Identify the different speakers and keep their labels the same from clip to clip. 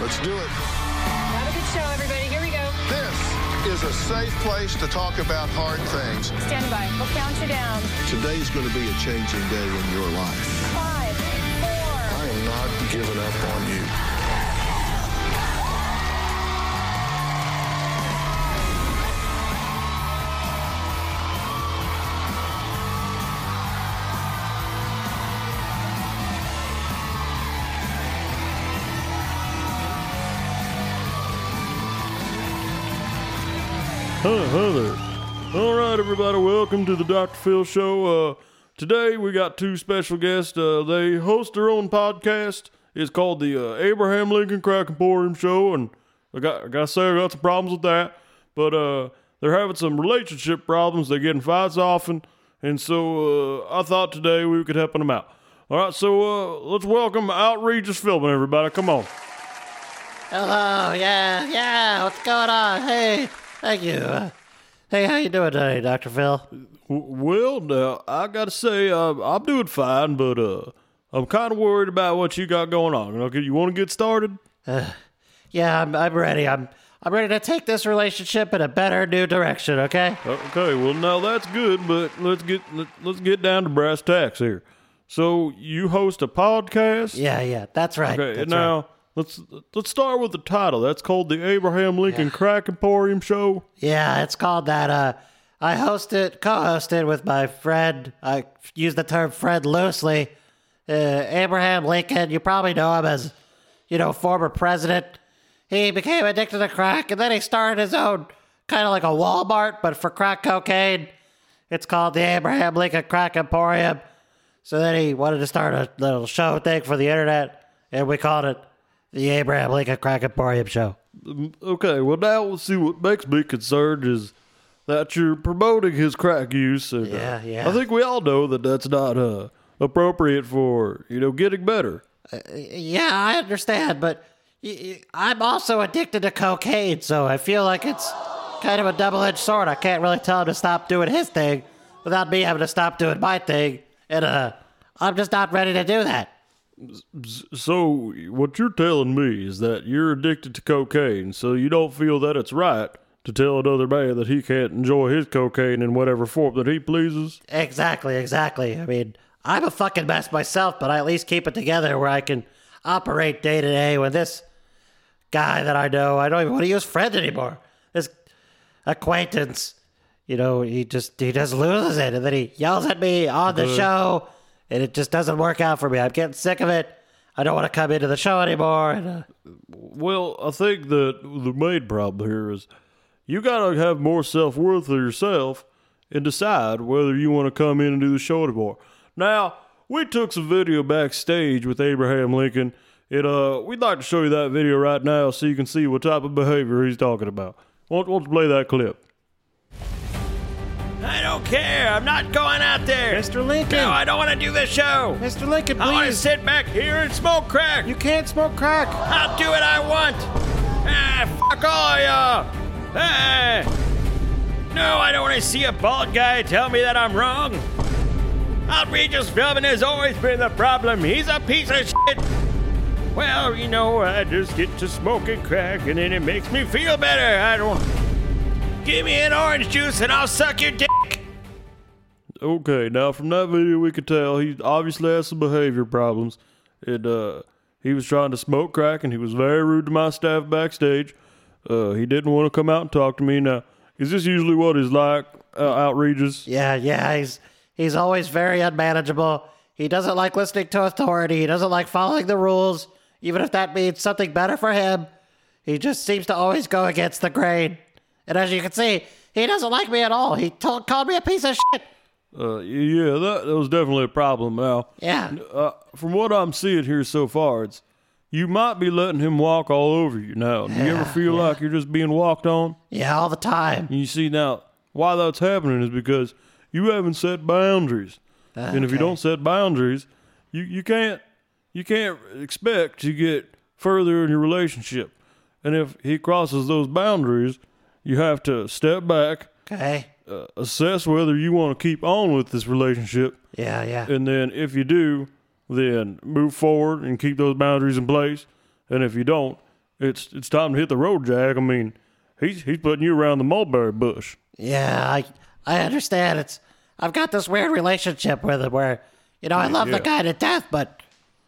Speaker 1: Let's do it.
Speaker 2: Have a good show, everybody. Here we go.
Speaker 1: This is a safe place to talk about hard things.
Speaker 2: Stand by. We'll count you down.
Speaker 1: Today's going to be a changing day in your life.
Speaker 2: Five, four.
Speaker 1: I am not giving up on you.
Speaker 3: Hi, hi there. All right, everybody, welcome to the Dr. Phil Show. Uh, today we got two special guests. Uh, they host their own podcast. It's called the uh, Abraham Lincoln Crack Emporium Show, and I got I gotta say I got some problems with that. But uh, they're having some relationship problems. They're getting fights often, and so uh, I thought today we could help them out. All right, so uh, let's welcome Outrageous Philbin, everybody. Come on.
Speaker 4: Hello, Oh, yeah, yeah, what's going on? Hey, thank you. Uh, hey, how you doing today, Dr. Phil?
Speaker 3: Well, now I gotta say uh, I'm doing fine, but uh, I'm kind of worried about what you got going on. Okay, you want to get started?
Speaker 4: Yeah, I'm, I'm ready. I'm I'm ready to take this relationship in a better new direction, okay?
Speaker 3: Okay, well now that's good, but let's get let, let's get down to brass tacks here. So you host a podcast?
Speaker 4: Yeah, yeah, that's right.
Speaker 3: Okay,
Speaker 4: that's
Speaker 3: now
Speaker 4: right.
Speaker 3: let's let's start with the title. That's called the Abraham Lincoln Crack Emporium Show.
Speaker 4: Yeah, it's called that. Uh, I host it, co-host it with my friend. I use the term friend loosely. Uh, Abraham Lincoln. You probably know him as, you know, former president. He became addicted to crack, and then he started his own kind of like a Walmart, but for crack cocaine. It's called the Abraham Lincoln Crack Emporium. So then he wanted to start a little show thing for the internet, and we called it the Abraham Lincoln Crack Emporium Show.
Speaker 3: Okay, well now let's see what makes me concerned is that you're promoting his crack use. And, uh,
Speaker 4: Yeah, yeah.
Speaker 3: I think we all know that that's not uh, appropriate for you know getting better.
Speaker 4: Yeah, I understand, but y- y- I'm also addicted to cocaine, so I feel like it's kind of a double edged sword. I can't really tell him to stop doing his thing without me having to stop doing my thing, and uh, I'm just not ready to do that.
Speaker 3: So what you're telling me is that you're addicted to cocaine, so you don't feel that it's right to tell another man that he can't enjoy his cocaine in whatever form that he pleases.
Speaker 4: Exactly, exactly. I mean, I'm a fucking mess myself, but I at least keep it together where I can operate day to day with this guy that I know. I don't even want to use friend anymore. This acquaintance, you know, he just he just loses it, and then he yells at me on the show, and it just doesn't work out for me. I'm getting sick of it. I don't want to come into the show anymore. And, uh,
Speaker 3: Well, I think that the main problem here is you gotta have more self worth of yourself and decide whether you want to come in and do the show anymore. Now, we took some video backstage with Abraham Lincoln, and uh, we'd like to show you that video right now so you can see what type of behavior he's talking about. Want, want to play that clip?
Speaker 5: I don't care. I'm not going out there.
Speaker 6: Mr. Lincoln!
Speaker 5: No, I don't want to do this show.
Speaker 6: Mr. Lincoln,
Speaker 5: I want to
Speaker 6: please!
Speaker 5: sit back here and smoke crack.
Speaker 6: you can't smoke crack!
Speaker 5: I'll do what I want. Ah, fuck all y'all. Ah. No, I don't want to see a bald guy tell me that I'm wrong. Outrageous Philbin has always been the problem. He's a piece of shit. Well, you know, I just get to smoking crack and then it makes me feel better. I don't. Give me an orange juice and I'll suck your dick.
Speaker 3: Okay, now from that video we could tell he obviously has some behavior problems, and uh, he was trying to smoke crack, and he was very rude to my staff backstage. Uh, he didn't want to come out and talk to me. Now, is this usually what he's like? Uh, outrageous.
Speaker 4: Yeah, yeah, he's he's always very unmanageable. He doesn't like listening to authority. He doesn't like following the rules, even if that means something better for him. He just seems to always go against the grain. And as you can see, he doesn't like me at all. He told, called me a piece of shit.
Speaker 3: Uh, yeah, that, that was definitely a problem. Now,
Speaker 4: Yeah,
Speaker 3: uh, from what I'm seeing here so far, it's you might be letting him walk all over you. Now, do you ever feel like you're just being walked on?
Speaker 4: yeah, all the time.
Speaker 3: And you see now why that's happening is because you haven't set boundaries. And if you don't set boundaries, you, you can't you can't expect to get further in your relationship. And if he crosses those boundaries, you have to step back,
Speaker 4: Okay.
Speaker 3: uh, assess whether you want to keep on with this relationship,
Speaker 4: Yeah, yeah,
Speaker 3: and then if you do, then move forward and keep those boundaries in place. And if you don't, It's it's time to hit the road, Jack. I mean, he's he's putting you around the mulberry bush.
Speaker 4: Yeah, I I understand. It's I've got this weird relationship with him where, you know, I love
Speaker 3: yeah.
Speaker 4: the guy to death, but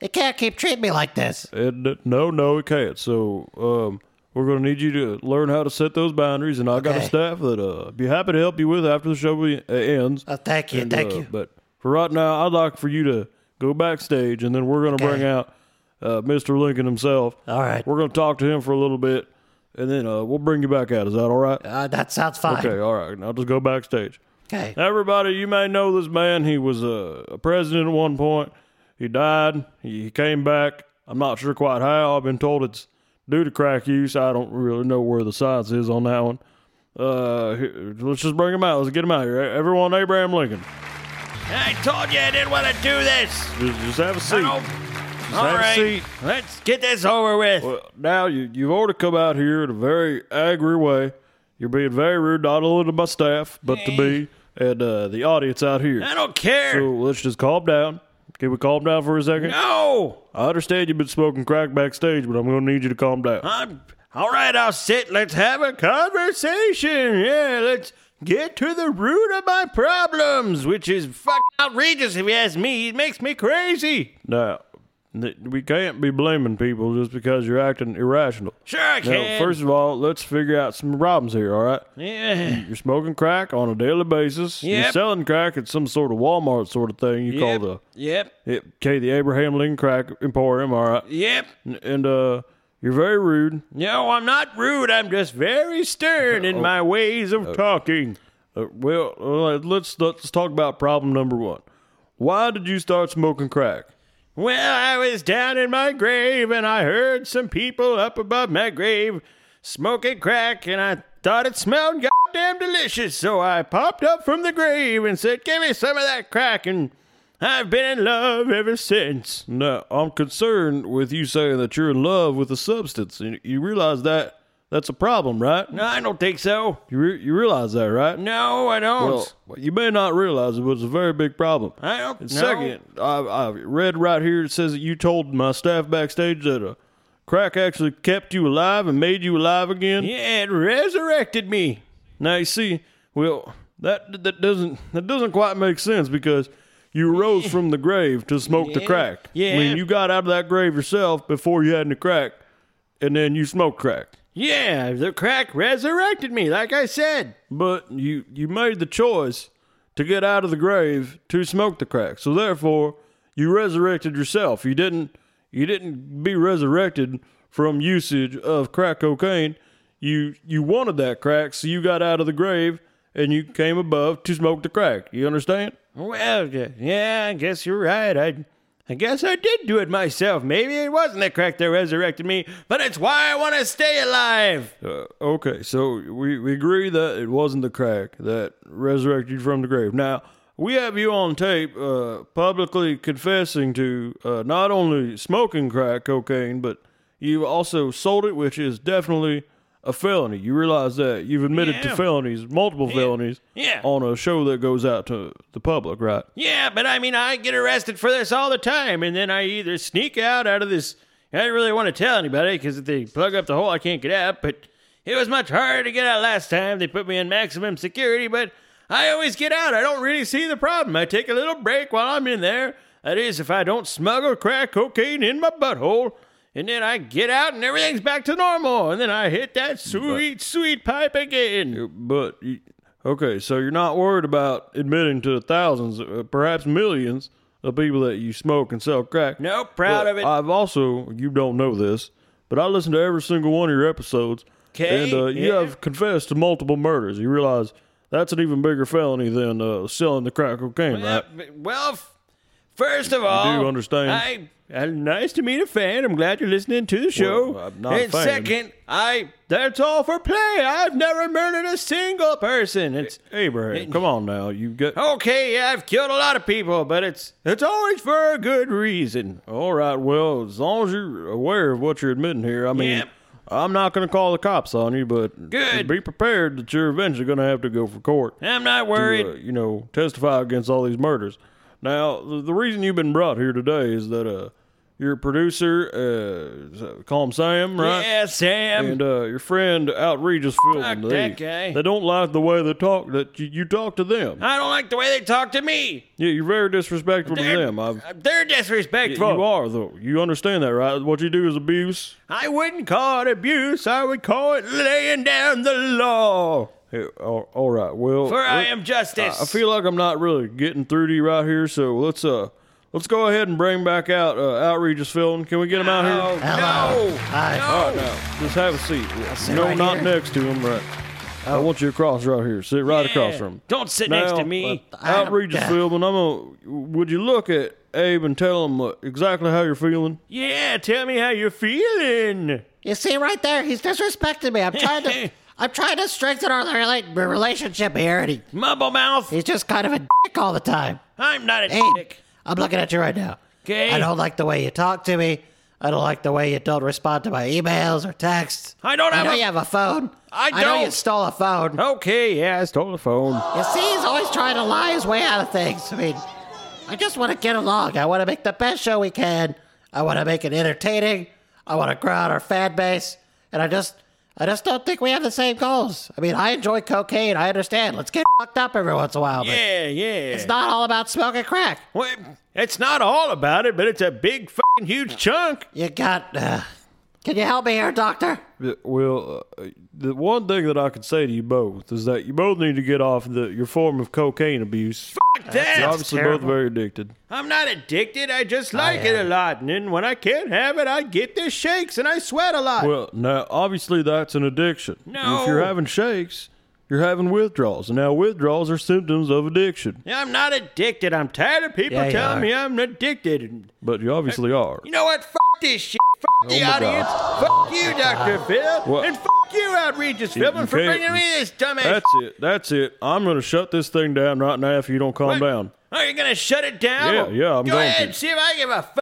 Speaker 4: he can't keep treating me like this.
Speaker 3: And uh, no, no, it can't. So um, we're gonna need you to learn how to set those boundaries, and I got a
Speaker 4: Okay.
Speaker 3: staff that uh be happy to help you with after the show be- uh, ends.
Speaker 4: Oh, thank you,
Speaker 3: And,
Speaker 4: thank
Speaker 3: uh,
Speaker 4: you.
Speaker 3: But for right now, I'd like for you to go backstage, and then we're gonna
Speaker 4: Okay.
Speaker 3: bring out uh, Mr. Lincoln himself.
Speaker 4: All right.
Speaker 3: We're gonna talk to him for a little bit, and then uh, we'll bring you back out. Is that all right?
Speaker 4: Uh, that sounds fine.
Speaker 3: Okay, all right. I'll just go backstage.
Speaker 4: Okay.
Speaker 3: Everybody, you may know this man. He was a, a president at one point. He died. He, he came back. I'm not sure quite how. I've been told it's due to crack use. I don't really know where the science is on that one. Uh, here- let's just bring him out. Let's get him out here. Everyone, Abraham Lincoln.
Speaker 5: I told you I didn't want to do this.
Speaker 3: Just, just have a
Speaker 5: I
Speaker 3: seat.
Speaker 5: don't-
Speaker 3: Just
Speaker 5: All
Speaker 3: have a
Speaker 5: right,
Speaker 3: seat.
Speaker 5: let's get this over with.
Speaker 3: Well, now you, you've already come out here in a very angry way. You're being very rude, not only to my staff, but to me and uh, the audience out here.
Speaker 5: I don't care.
Speaker 3: So let's just calm down. Can we calm down for a second?
Speaker 5: no,
Speaker 3: I understand you've been smoking crack backstage, but I'm going to need you to calm down.
Speaker 5: I'm all right. I'll sit. Let's have a conversation. Yeah, let's get to the root of my problems, which is fucking outrageous. If you ask me, it makes me crazy.
Speaker 3: Now, th- we can't be blaming people just because you're acting irrational.
Speaker 5: Sure, I
Speaker 3: Now,
Speaker 5: can.
Speaker 3: first of all, let's figure out some problems here, all right?
Speaker 5: yeah.
Speaker 3: You're smoking crack on a daily basis. You're
Speaker 5: Yep.
Speaker 3: selling crack at some sort of Walmart sort of thing you
Speaker 5: Yep.
Speaker 3: call
Speaker 5: Yep.
Speaker 3: the, it- okay, the Abraham Lincoln Crack Emporium, all right?
Speaker 5: Yep.
Speaker 3: N- And, uh, you're very rude. Oh.
Speaker 5: No, I'm not rude. I'm just very stern in my ways of talking.
Speaker 3: Uh, well, uh, let's let's talk about problem number one. Why did you start smoking crack?
Speaker 5: Well, I was down in my grave and I heard some people up above my grave smoking crack and I thought it smelled goddamn delicious, so I popped up from the grave and said, Give me some of that crack and I've been in love ever since.
Speaker 3: Now, I'm concerned with you saying that you're in love with a substance, and you realize that that's a problem, right?
Speaker 5: No, I don't think so.
Speaker 3: You re- you realize that, right?
Speaker 5: No, I don't.
Speaker 3: Well, you may not realize it, but it's a very big problem.
Speaker 5: I don't.
Speaker 3: And
Speaker 5: no.
Speaker 3: second, I, I read right here it says that you told my staff backstage that uh, crack actually kept you alive and made you alive again.
Speaker 5: Yeah, it resurrected me.
Speaker 3: Now you see, well, that that doesn't that doesn't quite make sense because you rose from the grave to smoke the
Speaker 5: Yeah.
Speaker 3: crack. I
Speaker 5: Yeah.
Speaker 3: mean, you got out of that grave yourself before you had any crack, and then you smoked crack.
Speaker 5: Yeah, the crack resurrected me, like I said.
Speaker 3: But you you made the choice to get out of the grave to smoke the crack. So therefore, you resurrected yourself. You didn't you didn't be resurrected from usage of crack cocaine. You you wanted that crack, so you got out of the grave and you came above to smoke the crack. You understand?
Speaker 5: Well, y- yeah, I guess you're right. I, I guess I did do it myself. Maybe it wasn't the crack that resurrected me, but it's why I want to stay alive.
Speaker 3: Uh, okay, so we, we agree that it wasn't the crack that resurrected you from the grave. Now, we have you on tape uh, publicly confessing to uh, not only smoking crack cocaine, but you also sold it, which is definitely a felony. You realize that you've admitted to
Speaker 5: Yeah.
Speaker 3: felonies, multiple felonies,
Speaker 5: Yeah.
Speaker 3: on a show that goes out to the public, right?
Speaker 5: Yeah, but I mean, I get arrested for this all the time, and then I either sneak out out of this. I don't really want to tell anybody because if they plug up the hole, I can't get out. But it was much harder to get out last time. They put me in maximum security, but I always get out. I don't really see the problem. I take a little break while I'm in there. That is, if I don't smuggle crack cocaine in my butthole. And then I get out and everything's back to normal. And then I hit that sweet, sweet pipe again.
Speaker 3: But you- okay, so you're not worried about admitting to thousands, uh, perhaps millions of people that you smoke and sell crack.
Speaker 5: No, proud
Speaker 3: But
Speaker 5: of it.
Speaker 3: I've also you don't know this, but I listened to every single one of your episodes.
Speaker 5: 'Kay,
Speaker 3: and uh, you
Speaker 5: yeah.
Speaker 3: have confessed to multiple murders. You realize that's an even bigger felony than uh, selling the crack cocaine, right?
Speaker 5: Uh, well, f- first of all,
Speaker 3: understand.
Speaker 5: I, uh, nice to meet a fan. I'm glad you're listening to the show.
Speaker 3: Well, I'm not a
Speaker 5: and
Speaker 3: fan.
Speaker 5: second, I that's all for play. I've never murdered a single person. It's
Speaker 3: Abraham, come on now, you get.
Speaker 5: okay. Yeah, I've killed a lot of people, but it's it's always for a good reason.
Speaker 3: All right, well, as long as you're aware of what you're admitting here, I mean.
Speaker 5: Yep.
Speaker 3: I'm not going to call the cops on you, but
Speaker 5: Good.
Speaker 3: be prepared that you're eventually going to have to go for court.
Speaker 5: I'm
Speaker 3: to,
Speaker 5: not worried.
Speaker 3: uh, you know, testify against all these murders. Now, the, the reason you've been brought here today is that uh, your producer, uh, call him Sam, right?
Speaker 5: Yeah, Sam.
Speaker 3: And uh, your friend Outrageous Philbin.
Speaker 5: Fuck
Speaker 3: They,
Speaker 5: that guy.
Speaker 3: they don't like the way they talk. That you, you talk to them.
Speaker 5: I don't like the way they talk to me.
Speaker 3: yeah, you're very disrespectful to
Speaker 5: They're,
Speaker 3: them. I've,
Speaker 5: they're disrespectful.
Speaker 3: you are though. You understand that, right? What you do is abuse.
Speaker 5: I wouldn't call it abuse. I would call it laying down the law.
Speaker 3: Hey, all, all right. Well,
Speaker 5: For I
Speaker 3: let-
Speaker 5: am justice.
Speaker 3: Oh, Uh, I feel like I'm not really getting through to you right here. So let's uh let's go ahead and bring back out uh, outrageous Philbin. Can we get him out here? Oh,
Speaker 5: Oh,
Speaker 4: Hello.
Speaker 5: no.
Speaker 4: Hi.
Speaker 5: No.
Speaker 3: All right, now just have a seat.
Speaker 4: sit
Speaker 3: no,
Speaker 4: right
Speaker 3: not
Speaker 4: here?
Speaker 3: next to him. Right. I want you across right here. Sit right across
Speaker 5: Oh. Yeah.
Speaker 3: from him.
Speaker 5: Don't sit next to me.
Speaker 3: uh, outrageous
Speaker 4: Yeah.
Speaker 3: Philbin. I'm gonna. Would you look at Abe and tell him uh, exactly how you're feeling?
Speaker 5: yeah, tell me how you're feeling.
Speaker 4: You see right there, he's disrespecting me. I'm trying to, I'm trying to strengthen our rela- relationship here, and he,
Speaker 5: Mumble mouth.
Speaker 4: he's just kind of a dick all the time.
Speaker 5: I'm not a
Speaker 4: Hey,
Speaker 5: dick.
Speaker 4: I'm looking at you right now.
Speaker 5: 'Kay.
Speaker 4: I don't like the way you talk to me. I don't like the way you don't respond to my emails or texts.
Speaker 5: I don't have
Speaker 4: I know
Speaker 5: a-
Speaker 4: you have a phone.
Speaker 5: I
Speaker 4: know you
Speaker 5: don't.
Speaker 4: stole a phone.
Speaker 5: Okay, yeah, I stole the phone.
Speaker 4: You see, he's always trying to lie his way out of things. I mean, I just want to get along. I want to make the best show we can. I want to make it entertaining. I want to grow out our fan base, and I just, I just don't think we have the same goals. I mean, I enjoy cocaine. I understand. Let's get fucked up every once in a while. But
Speaker 5: Yeah, yeah.
Speaker 4: It's not all about smoking crack.
Speaker 5: Well, it's not all about it, but it's a big fucking huge chunk.
Speaker 4: You got. Uh, can you help me here, doctor?
Speaker 3: Yeah, Well, uh, the one thing that I could say to you both is that you both need to get off the your form of cocaine abuse.
Speaker 5: Fuck
Speaker 3: You're
Speaker 5: that.
Speaker 3: obviously both
Speaker 4: terrible.
Speaker 3: very addicted.
Speaker 5: I'm not addicted. I just like it a lot. And then when I can't have it, I get the shakes and I sweat a lot.
Speaker 3: Well, now obviously that's an addiction.
Speaker 5: No.
Speaker 3: If you're having shakes, you're having withdrawals, and now withdrawals are symptoms of addiction.
Speaker 5: I'm not addicted. I'm tired of people
Speaker 4: Yeah, you
Speaker 5: telling
Speaker 4: are.
Speaker 5: me I'm addicted.
Speaker 3: But you obviously are.
Speaker 5: You know what? Fuck this shit. Fuck the
Speaker 3: Oh my
Speaker 5: audience. Fuck you, Dr. Phil.
Speaker 3: What?
Speaker 5: And fuck you, outrageous Phil,
Speaker 3: you
Speaker 5: for
Speaker 3: can't-
Speaker 5: bringing me this dumbass.
Speaker 3: That's it. That's it. I'm gonna shut this thing down right now if you don't calm down.
Speaker 5: Are you gonna shut it down?
Speaker 3: Yeah, yeah, I'm
Speaker 5: Go
Speaker 3: going
Speaker 5: ahead,
Speaker 3: to.
Speaker 5: see if I give a fuck.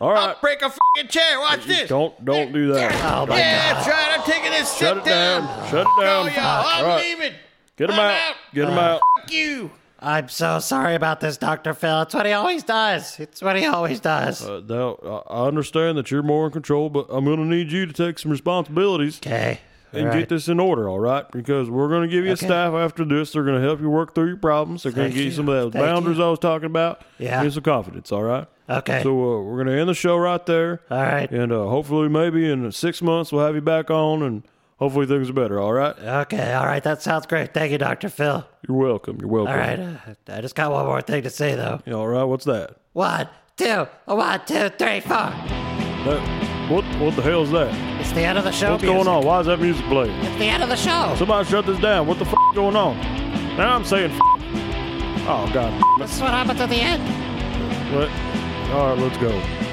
Speaker 3: All right.
Speaker 5: I'll break a fucking chair. Watch this.
Speaker 3: Don't don't do that.
Speaker 4: Oh my
Speaker 5: yeah,
Speaker 4: god.
Speaker 5: that's right. I'm taking this
Speaker 3: Shut
Speaker 5: shit
Speaker 3: it down. Shut it
Speaker 5: Go,
Speaker 3: down.
Speaker 5: y'all.
Speaker 3: All
Speaker 5: I'm
Speaker 3: right.
Speaker 5: leaving.
Speaker 3: Get him
Speaker 5: I'm
Speaker 3: out.
Speaker 5: out.
Speaker 3: Get him out.
Speaker 5: Fuck you.
Speaker 4: I'm so sorry about this, Doctor Phil. It's what he always does. It's what he always does.
Speaker 3: Uh, now, I I understand that you're more in control, but I'm going to need you to take some responsibilities
Speaker 4: okay.
Speaker 3: and
Speaker 4: All right.
Speaker 3: get this in order, all right? Because we're going to give you
Speaker 4: Okay.
Speaker 3: a staff after this. They're going to help you work through your problems. They're going to
Speaker 4: Thank
Speaker 3: give you
Speaker 4: you.
Speaker 3: some of those
Speaker 4: Thank
Speaker 3: boundaries
Speaker 4: you.
Speaker 3: I was talking about.
Speaker 4: Yeah.
Speaker 3: And some confidence, all right?
Speaker 4: Okay.
Speaker 3: So uh, we're going to end the show right there.
Speaker 4: All right.
Speaker 3: And uh, hopefully, maybe in six months, we'll have you back on and hopefully things are better, all right?
Speaker 4: Okay, all right, that sounds great. Thank you, Dr. Phil.
Speaker 3: You're welcome. You're welcome.
Speaker 4: All right, uh, I just got one more thing to say, though.
Speaker 3: Yeah, all right. What's that?
Speaker 4: One, two, one, two, three, four.
Speaker 3: that what, what the hell is that?
Speaker 4: It's the end of the show.
Speaker 3: What's going
Speaker 4: music.
Speaker 3: on? Why is that music playing?
Speaker 4: It's the end of the show.
Speaker 3: Somebody shut this down. What the f going on? Now I'm saying f. Oh god.
Speaker 4: This is what happens at the end.
Speaker 3: What? All right, let's go.